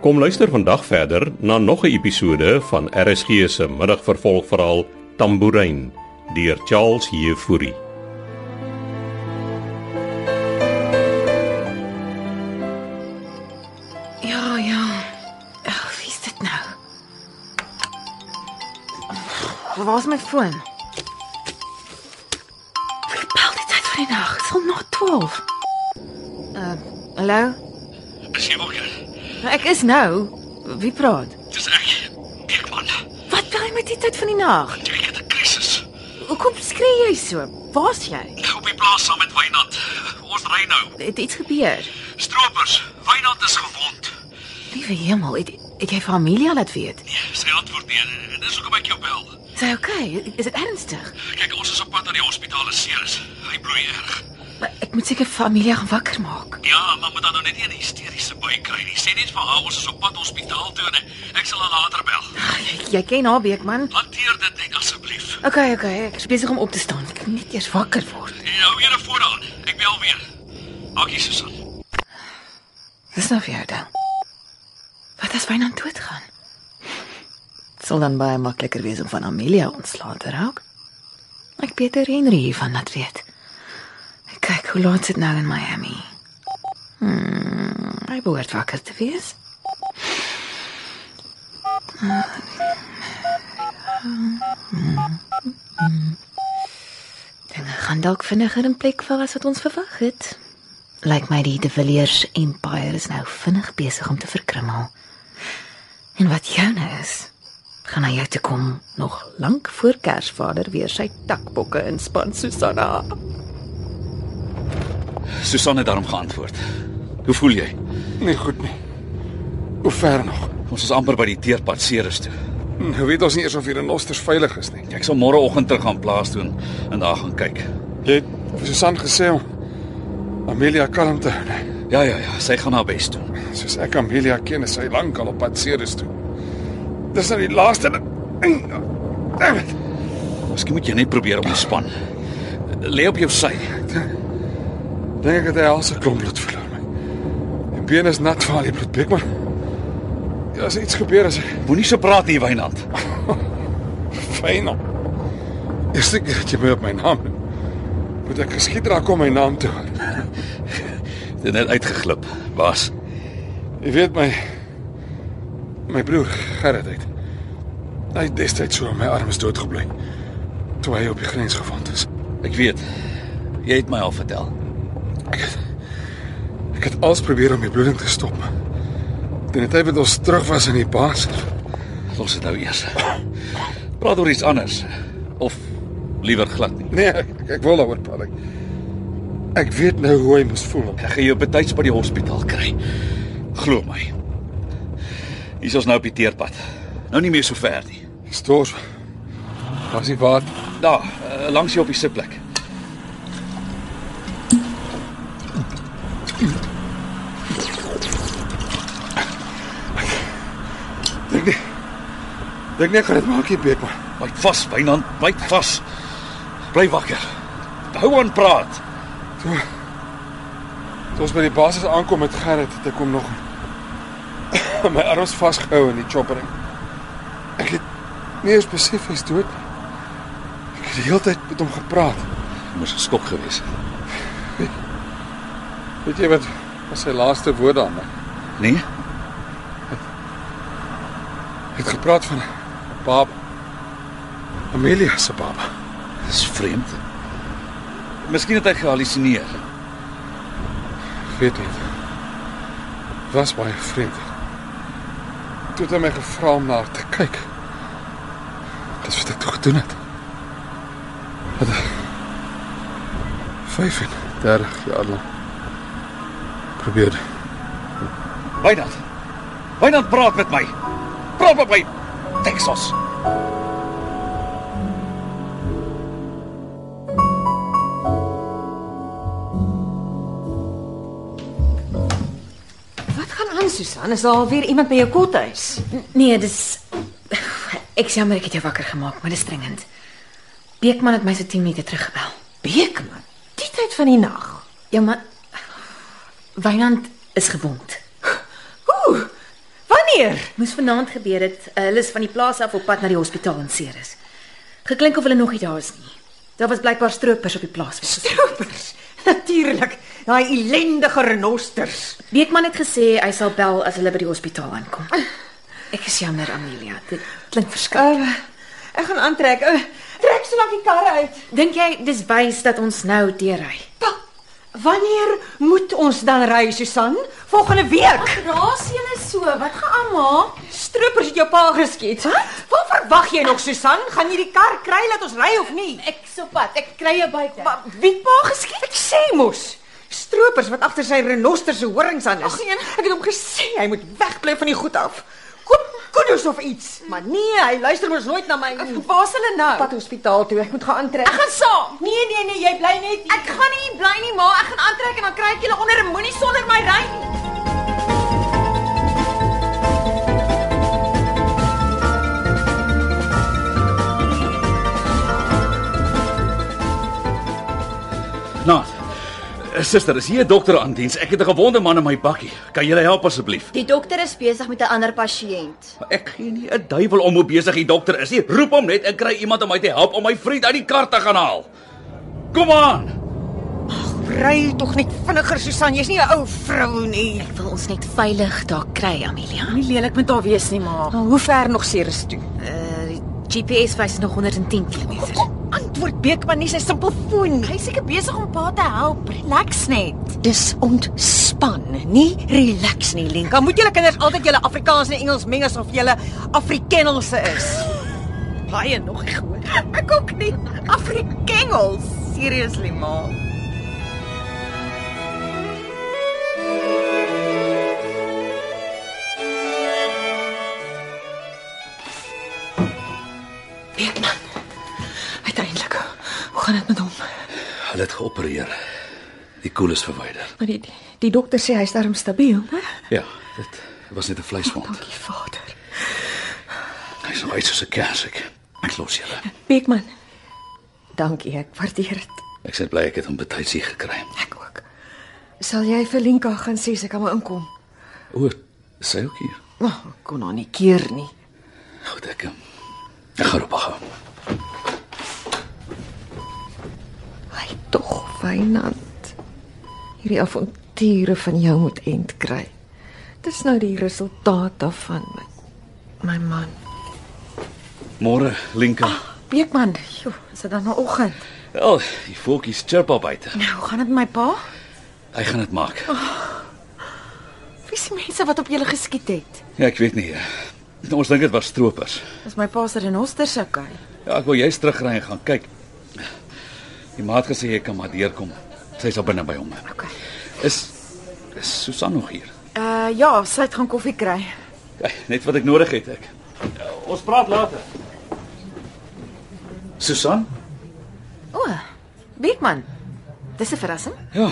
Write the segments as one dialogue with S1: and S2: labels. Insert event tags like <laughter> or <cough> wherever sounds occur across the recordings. S1: Kom luister vandag verder na nog 'n episode van RSG se middagvervolgverhaal Tambourine deur Charles Jefouri.
S2: Ja, ja. Ag, wie is dit nou? Waar is my foon? Wie bel die tyd van die nag? Dit is al na 12. Uh, hallo?
S3: Is jy wakker?
S2: Ek is nou. Wie praat?
S3: Dis ek. Ek man.
S2: Wat bel jy met die tyd van die nag?
S3: Ek het 'n krisis. Nou
S2: Hoekom skree jy so? Waar's jy?
S3: Op die plaas saam met Wynand. Ons ry nou.
S2: Het iets gebeur?
S3: Stroopers, Wynand is gewond.
S2: Liewe hemel, het, het jy vir Amelia laat weet?
S3: Nee, sy antwoord nee. Dis hoekom ek jou bel.
S2: Is hy okay? Is dit ernstig?
S3: Kyk, ons is op pad na die hospitaal in Ceres. Hy bloei erg.
S2: Maar Ek moet seker vir Amelia gaan wakker maak.
S3: Ja, maar moet dan nou net nie 'n hysteriese bui kry nie. Sê net vir haar ons is op pad hospitaal toe en ek- ek sal haar later bel.
S2: Ag, Jy, jy ken haar beek man.
S3: Hanteer dit net asseblief.
S2: Okay, okay, ek is besig om op te staan. Ek moet net eers wakker word.
S3: En hou ere vooraan. Ek bel weer. Dankie, Susan.
S2: Dis nou vir jou dan. Wat as Wynand doodgaan? Het Sal dan baie makliker wees om van Amelia ontslae te raak. Ek beter Henry hiervan laat weet. Ek kyk hoe laat is dit nou in Miami. Hmm, hy behoort wakker te wees. Dinge gaan dalk vinniger in plek val as wat ons verwag het. Lyk my die De Villiers Empire is nou vinnig besig om te verkrummel. En wat joune is, gaan hy jou toe kom nog lank voor Kersvader weer sy takbokke inspan Susanna.
S3: Susan het daarom geantwoord. Hoe voel jy?
S4: Nee, goed nie. Hoe ver nog?
S3: Ons is amper by die teerpad Ceres toe.
S4: Nou weet ons nie eers of hier in Osters veilig is nie.
S3: Ek sal môreoggend terug gaan plaas toe en, en daar gaan kyk.
S4: Jy het vir Susan gesê om Amelia kalm te hou. nee.
S3: Ja ja ja, sy gaan haar bes doen.
S4: Soos ek Amelia ken, is sy lankal op pad Ceres toe. Dis nou die laaste ding. Damn it.
S3: Miskien moet jy net probeer ontspan. eh, Lê op jou sy.
S4: Dink ek het hy al sy klomp bloed verloor my. En been is nat van al die bloedbek, maar ja, as iets gebeur as ek
S3: Moenie so praat hier, Wynand.
S4: fyn op. Is dit dat jy my op my naam noem? moet ek geskiet raak om my naam te hoor?
S3: Dit het net uitgeglip, baas.
S4: Jy weet my my broer Gerrit het. Hy het destyds so aan my arms doodgebly toe hy op die grens gevind is.
S3: Ek weet. Jy het my al vertel.
S4: Ek het alles probeer om die bloeding te stop. Toen die tyd wat ons terug was in die baas,
S3: Los dit nou eers. Praat oor iets anders of liewer glad nie.
S4: nee, ek, ek wil daaroor praat. Ek, ek weet nou hoe hy moes voel.
S3: Ek gaan jou betyds by die hospitaal kry. Glo my. Hier is ons nou op die teerpad. Nou nie meer so ver nie.
S4: Stoors. Was hy waar?
S3: Daar, eh, langs jou op die sitplek.
S4: Dink nie. Dink nie Gerrit maak nie beek man.
S3: Byt vas, Wynand, byt vas. Bly wakker. Hou aan praat.
S4: Toe ons by die basis aankom met Gerrit, het ek hom nog <coughs> my arms vasgehou in die chopper. Ek- Ek het nie eens besef hy's dood nie. Ek het die hele tyd met hom gepraat.
S3: Jy moes geskok gewees het.
S4: Weet jy wat was sy laaste woorde aan my?
S3: Nee?
S4: Hy het gepraat van Baba. Amelia se baba.
S3: Dis vreemd. Miskien het hy gehallusineer.
S4: Ek weet nie. Het Was baie vreemd. Toe het hy my gevra om na haar te kyk. Dis wat ek toe gedoen het. Wat 35 jaar lank probeer.
S3: Wynand. Wynand praat met my. Praat met my. Texas.
S5: Wat gaan aan, Susan? Is daar alweer iemand by jou kothuis?
S2: Nee, dis ek is jammer ek het jou wakker gemaak, maar dis dringend. Beekman het my so 10 minute terug gebel.
S5: Beekman, die tyd van die nag.
S2: Ja, maar Wynand is gewond.
S5: Ooh, meer?
S2: Moes vanaand gebeur het. Uh, Hulle is van die plaas af op pad na die hospitaal in Ceres. Geklink of hulle nog nie daar is nie. Daar was blykbaar stroopers op die plaas.
S5: <laughs> Stroopers. Natuurlik. Daai ellendige renosters.
S2: Beekman het gesê hy sal bel as hulle by die hospitaal aankom. <laughs> Ek is jammer Amelia, dit klink verskriklik.
S5: Uh, ek gaan aantrek. Uh, trek so lank die karre uit.
S2: Dink jy dis wys dat ons nou deurry?
S5: Pa, wanneer moet ons dan ry, Susan? Volgende week.
S6: Raas julle so, wat gaan aan maak?
S5: Stroopers het jou pa geskiet. Wat? Wat verwag jy nog, Susan? Gaan jy die kar kry dat ons ry of nie?
S6: Ek sopat, ek kry 'n byt.
S5: Maar wie het pa geskiet? Ek sê mos. Stroopers wat agter sy renoster se horings aan is.
S6: Ag, een-
S5: ek het hom gesê hy moet wegbly van die goed af. Koop kudos of iets. Maar nee, hy luister mos nooit na my nie.
S6: Waar's hulle nou?
S5: Pad hospitaal toe. Ek moet gaan aantrek.
S6: Ek gaan saam.
S5: Nee nee nee, jy bly net hier.
S6: Ek gaan nie hier bly nie, ma. Ek gaan aantrek en dan kry ek julle onder 'n moenie sonder my ry nie.
S3: Nou. Suster, is hier 'n dokter aan diens. Ek het 'n gewonde man in my bakkie. Kan jy help asseblief?
S6: Die dokter is besig met 'n ander pasiënt.
S3: Maar Ek gee nie 'n duiwel om hoe besig die dokter is nie. Roep hom net en kry iemand om my te help om my vriend uit die kar te gaan haal. Kom aan.
S5: Ry tog net vinniger, Susan. Jy's nie 'n ou vrou nie.
S2: Ek wil ons net veilig daar kry, Amelia.
S6: Nie lelik met haar wees nie, ma.
S5: Nou, hoe ver nog Ceres toe?
S2: Uh die GPS wys nog 110 km.
S5: Antwoord Beekman nie sy simpelfoon nie.
S6: Hy's seker besig om pa te help. Relax net.
S5: Dis ontspan, nie relax nie, Lenka. Moet julle kinders altyd julle Afrikaans en Engels meng asof julle Afrikanelse
S6: <laughs>
S5: is? Baie nog nie gehoor.
S6: Ek ook nie. Afrikengels. Seriously, ma.
S5: Beekman. Uiteindelik. Hoe gaan dit met hom?
S3: Hulle het geopereer. Die koel is verwyder.
S5: Maar die die dokter sê hy's darm stabiel, né?
S3: Ja, dit was net 'n vleiswond.
S5: Dankie, Vader.
S3: Hy's nog uit soos 'n kers ek. Ek los julle.
S5: Beekman. Dankie, ek waardeer dit.
S3: Ek sê bly ek het hom betyds hier gekry.
S5: Ek ook. Sal jy vir Lenka gaan sê sy kan maar inkom?
S3: O, sy ook hier.
S5: Nou, oh, kon haar nie keer nie.
S3: Goed ek. ehm, Ek gaan op hom.
S5: Hy tog, Fynand. Hierdie avonture van jou moet eind kry. Dis nou die resultaat daarvan my my man.
S3: Môre, Linka.
S6: Beekman, joh, is dit dan nou oggend?
S3: Ah. Wel, die voeltjies chirp al buite.
S6: Nou, hoe gaan dit met my pa? Oh.
S3: Hy gaan dit maak.
S6: Wie se mense wat op julle geskiet het?
S3: Ja, ek weet nie. eh. Ons dink dit was stroopers.
S6: Is my pa se renoster se okay?
S3: Ja, ek wil jy's terugry en gaan kyk. Die maat gesê jy kan maar deurkom. Sy's al binne by hom.
S6: Okay.
S3: Is is Susan nog hier?
S6: Uh ja, sy het gaan koffie kry.
S3: Kyk, net wat ek nodig het ek. Ja, Ons praat later. Susan?
S2: O, Beekman. Dis 'n verrassing.
S3: Ja,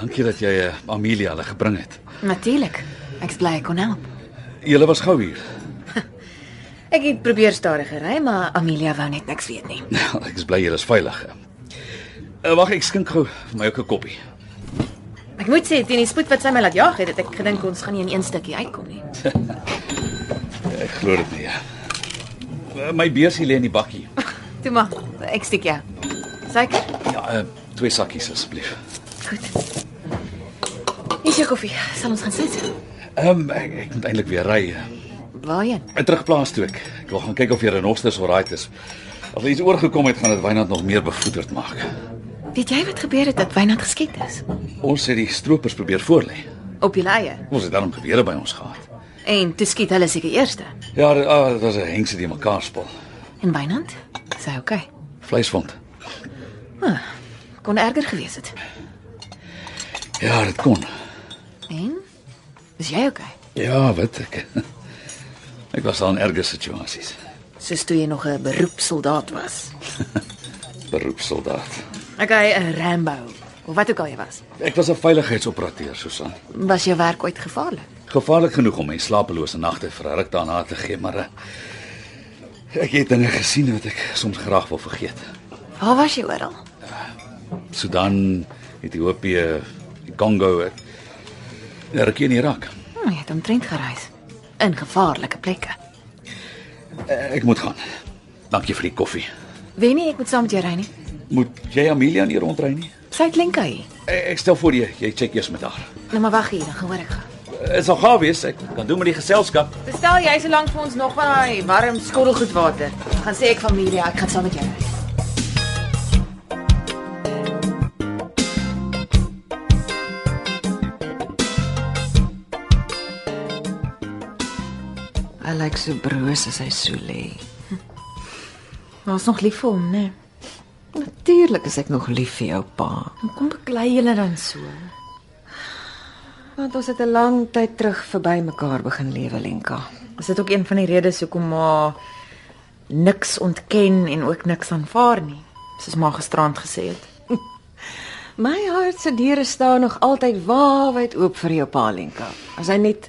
S3: dankie dat jy eh, Amelia hulle gebring het.
S2: Natuurlik. Ek's bly ek kon help.
S3: Julle was gou hier. <laughs>
S2: Ek het probeer stadig gery, maar Amelia wou net niks weet nie.
S3: Nou, ek is bly julle is veilig. Uh, Wag, ek skink gou vir my ook 'n koppie.
S2: Ek moet sê teen die spoed wat sy my laat jag het, het ek gedink ons gaan nie in een stukkie uitkom nie.
S3: Ek glo dit nie. ja. Eh, My beursie lê in die bakkie.
S2: Toe maar, ek steek jou. Seker?
S3: Ja, uh, twee sakkies asseblief.
S2: Goed. Hier is jou koffie. Sal ons gaan sit?
S3: Ehm um, ek, ek moet eintlik weer ry.
S2: Waarheen?
S3: Ek terugplaas toe ek. Ek wil gaan kyk of die renosters alright is. As hulle iets oorgekom het, gaan dit Wynand nog meer bevoederd maak.
S2: Weet jy wat gebeur het dat Wynand geskiet is?
S3: Ons het die stroopers probeer voorlê.
S2: Op die leie.
S3: Ons het daarom gewere by ons gehad.
S2: En toe skiet hulle seker eerste.
S3: Ja, dit, ah, dit was 'n hengse die mekaar spil.
S2: En Wynand? Sy okay.
S3: Vleiswond.
S2: Kon erger gewees het.
S3: Ja, dit kon.
S2: En? Is jy okay?
S3: Ja, weet ek. <laughs> Ek was al in erge situasies.
S2: Soos toe jy nog 'n beroepssoldaat was.
S3: Beroepssoldaat.
S2: Okay, 'n eh, Rambo of wat ook al jy was.
S3: Ek was 'n veiligheidsoperateur, Susan.
S2: Was jou werk ooit gevaarlik?
S3: Gevaarlik genoeg om my slapelose nagte vir 'n ruk daarna te gee, maar eh, ek het dinge gesien wat ek soms graag wil vergeet.
S2: Waar was jy oral?
S3: Sudan, Ethiopië, die Kongo, eh, en rukkie in Irak.
S2: Hm, jy het omtrent gereis. in gevaarlike plekke.
S3: Eh, Ek moet gaan. Dankie vir die koffie.
S2: Wennie, ek moet saam met jou ry nie.
S3: Moet jy Amelia nie rondry nie? Eh,
S2: Sy het linker hier.
S3: Ek ek stel voor jy jy check eers met haar.
S2: Nou maar wag hier, dan gehoor ek gaan.
S3: Dit sal gaaf wees. Ek kan doen met die geselskap.
S6: Bestel jy solank vir ons nog van daai warm skottelgoedwater.
S2: Dan gaan sê ek familie, ek gaan saam met jou ry.
S5: Hy lyk so broos as hy so lê.
S2: <laughs> Ons nog lief vir hom, né? Nee.
S5: Natuurlik is ek nog lief vir jou pa,
S2: Kom beklei julle dan so.
S5: want ons het 'n lang tyd terug verby mekaar begin lewe, Lenka.
S6: Is dit ook een van die redes hoekom ma niks ontken en ook niks aanvaar nie, soos ma gisterand gesê het.
S5: My hart se deure staan nog altyd waawyd oop vir jou pa, Lenka. As hy net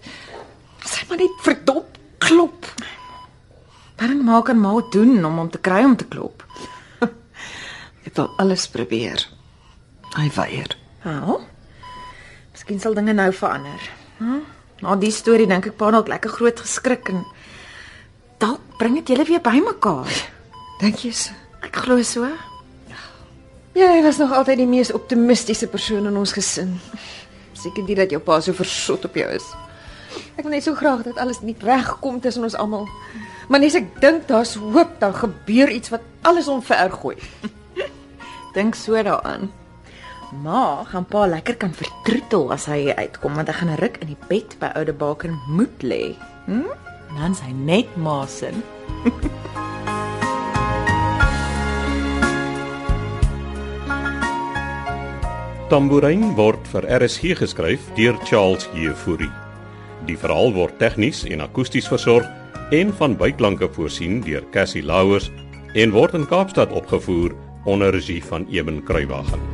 S5: as hy maar net verdop klop.
S6: Wat maak en ma doen om hom te kry om te klop?
S5: <laughs> Ek wil alles probeer. Hy weier.
S6: Nou. Miskien sal dinge nou verander. Hm? Na die storie dink ek pa dalk lekker groot geskrik en dalk bring dit julle weer bymekaar.
S5: Dink jy so?
S6: Ek glo so.
S5: Jy Ja, was nog altyd die mees optimistiese persoon in ons gesin. Seker dit dat jou pa so versot op jou is. Ek wil net so graag dat alles net regkom tussen ons almal. Maar net as ek dink daar's hoop, dan gebeur iets wat alles omvergooi.
S6: Dink so daaraan. Ma gaan pa lekker kan vertroetel as hy hier uitkom want hy gaan 'n ruk in die bed by oude Baker moet lê. Hm? En Dan sy net ma sin.
S1: Tambourine word vir RSG geskryf deur Charles Jefouri. Die verhaal word tegnies en akoesties versorg en van byklanke voorsien deur Cassie Lauers en word in Kaapstad opgevoer onder regie van Eben Kruiwagen.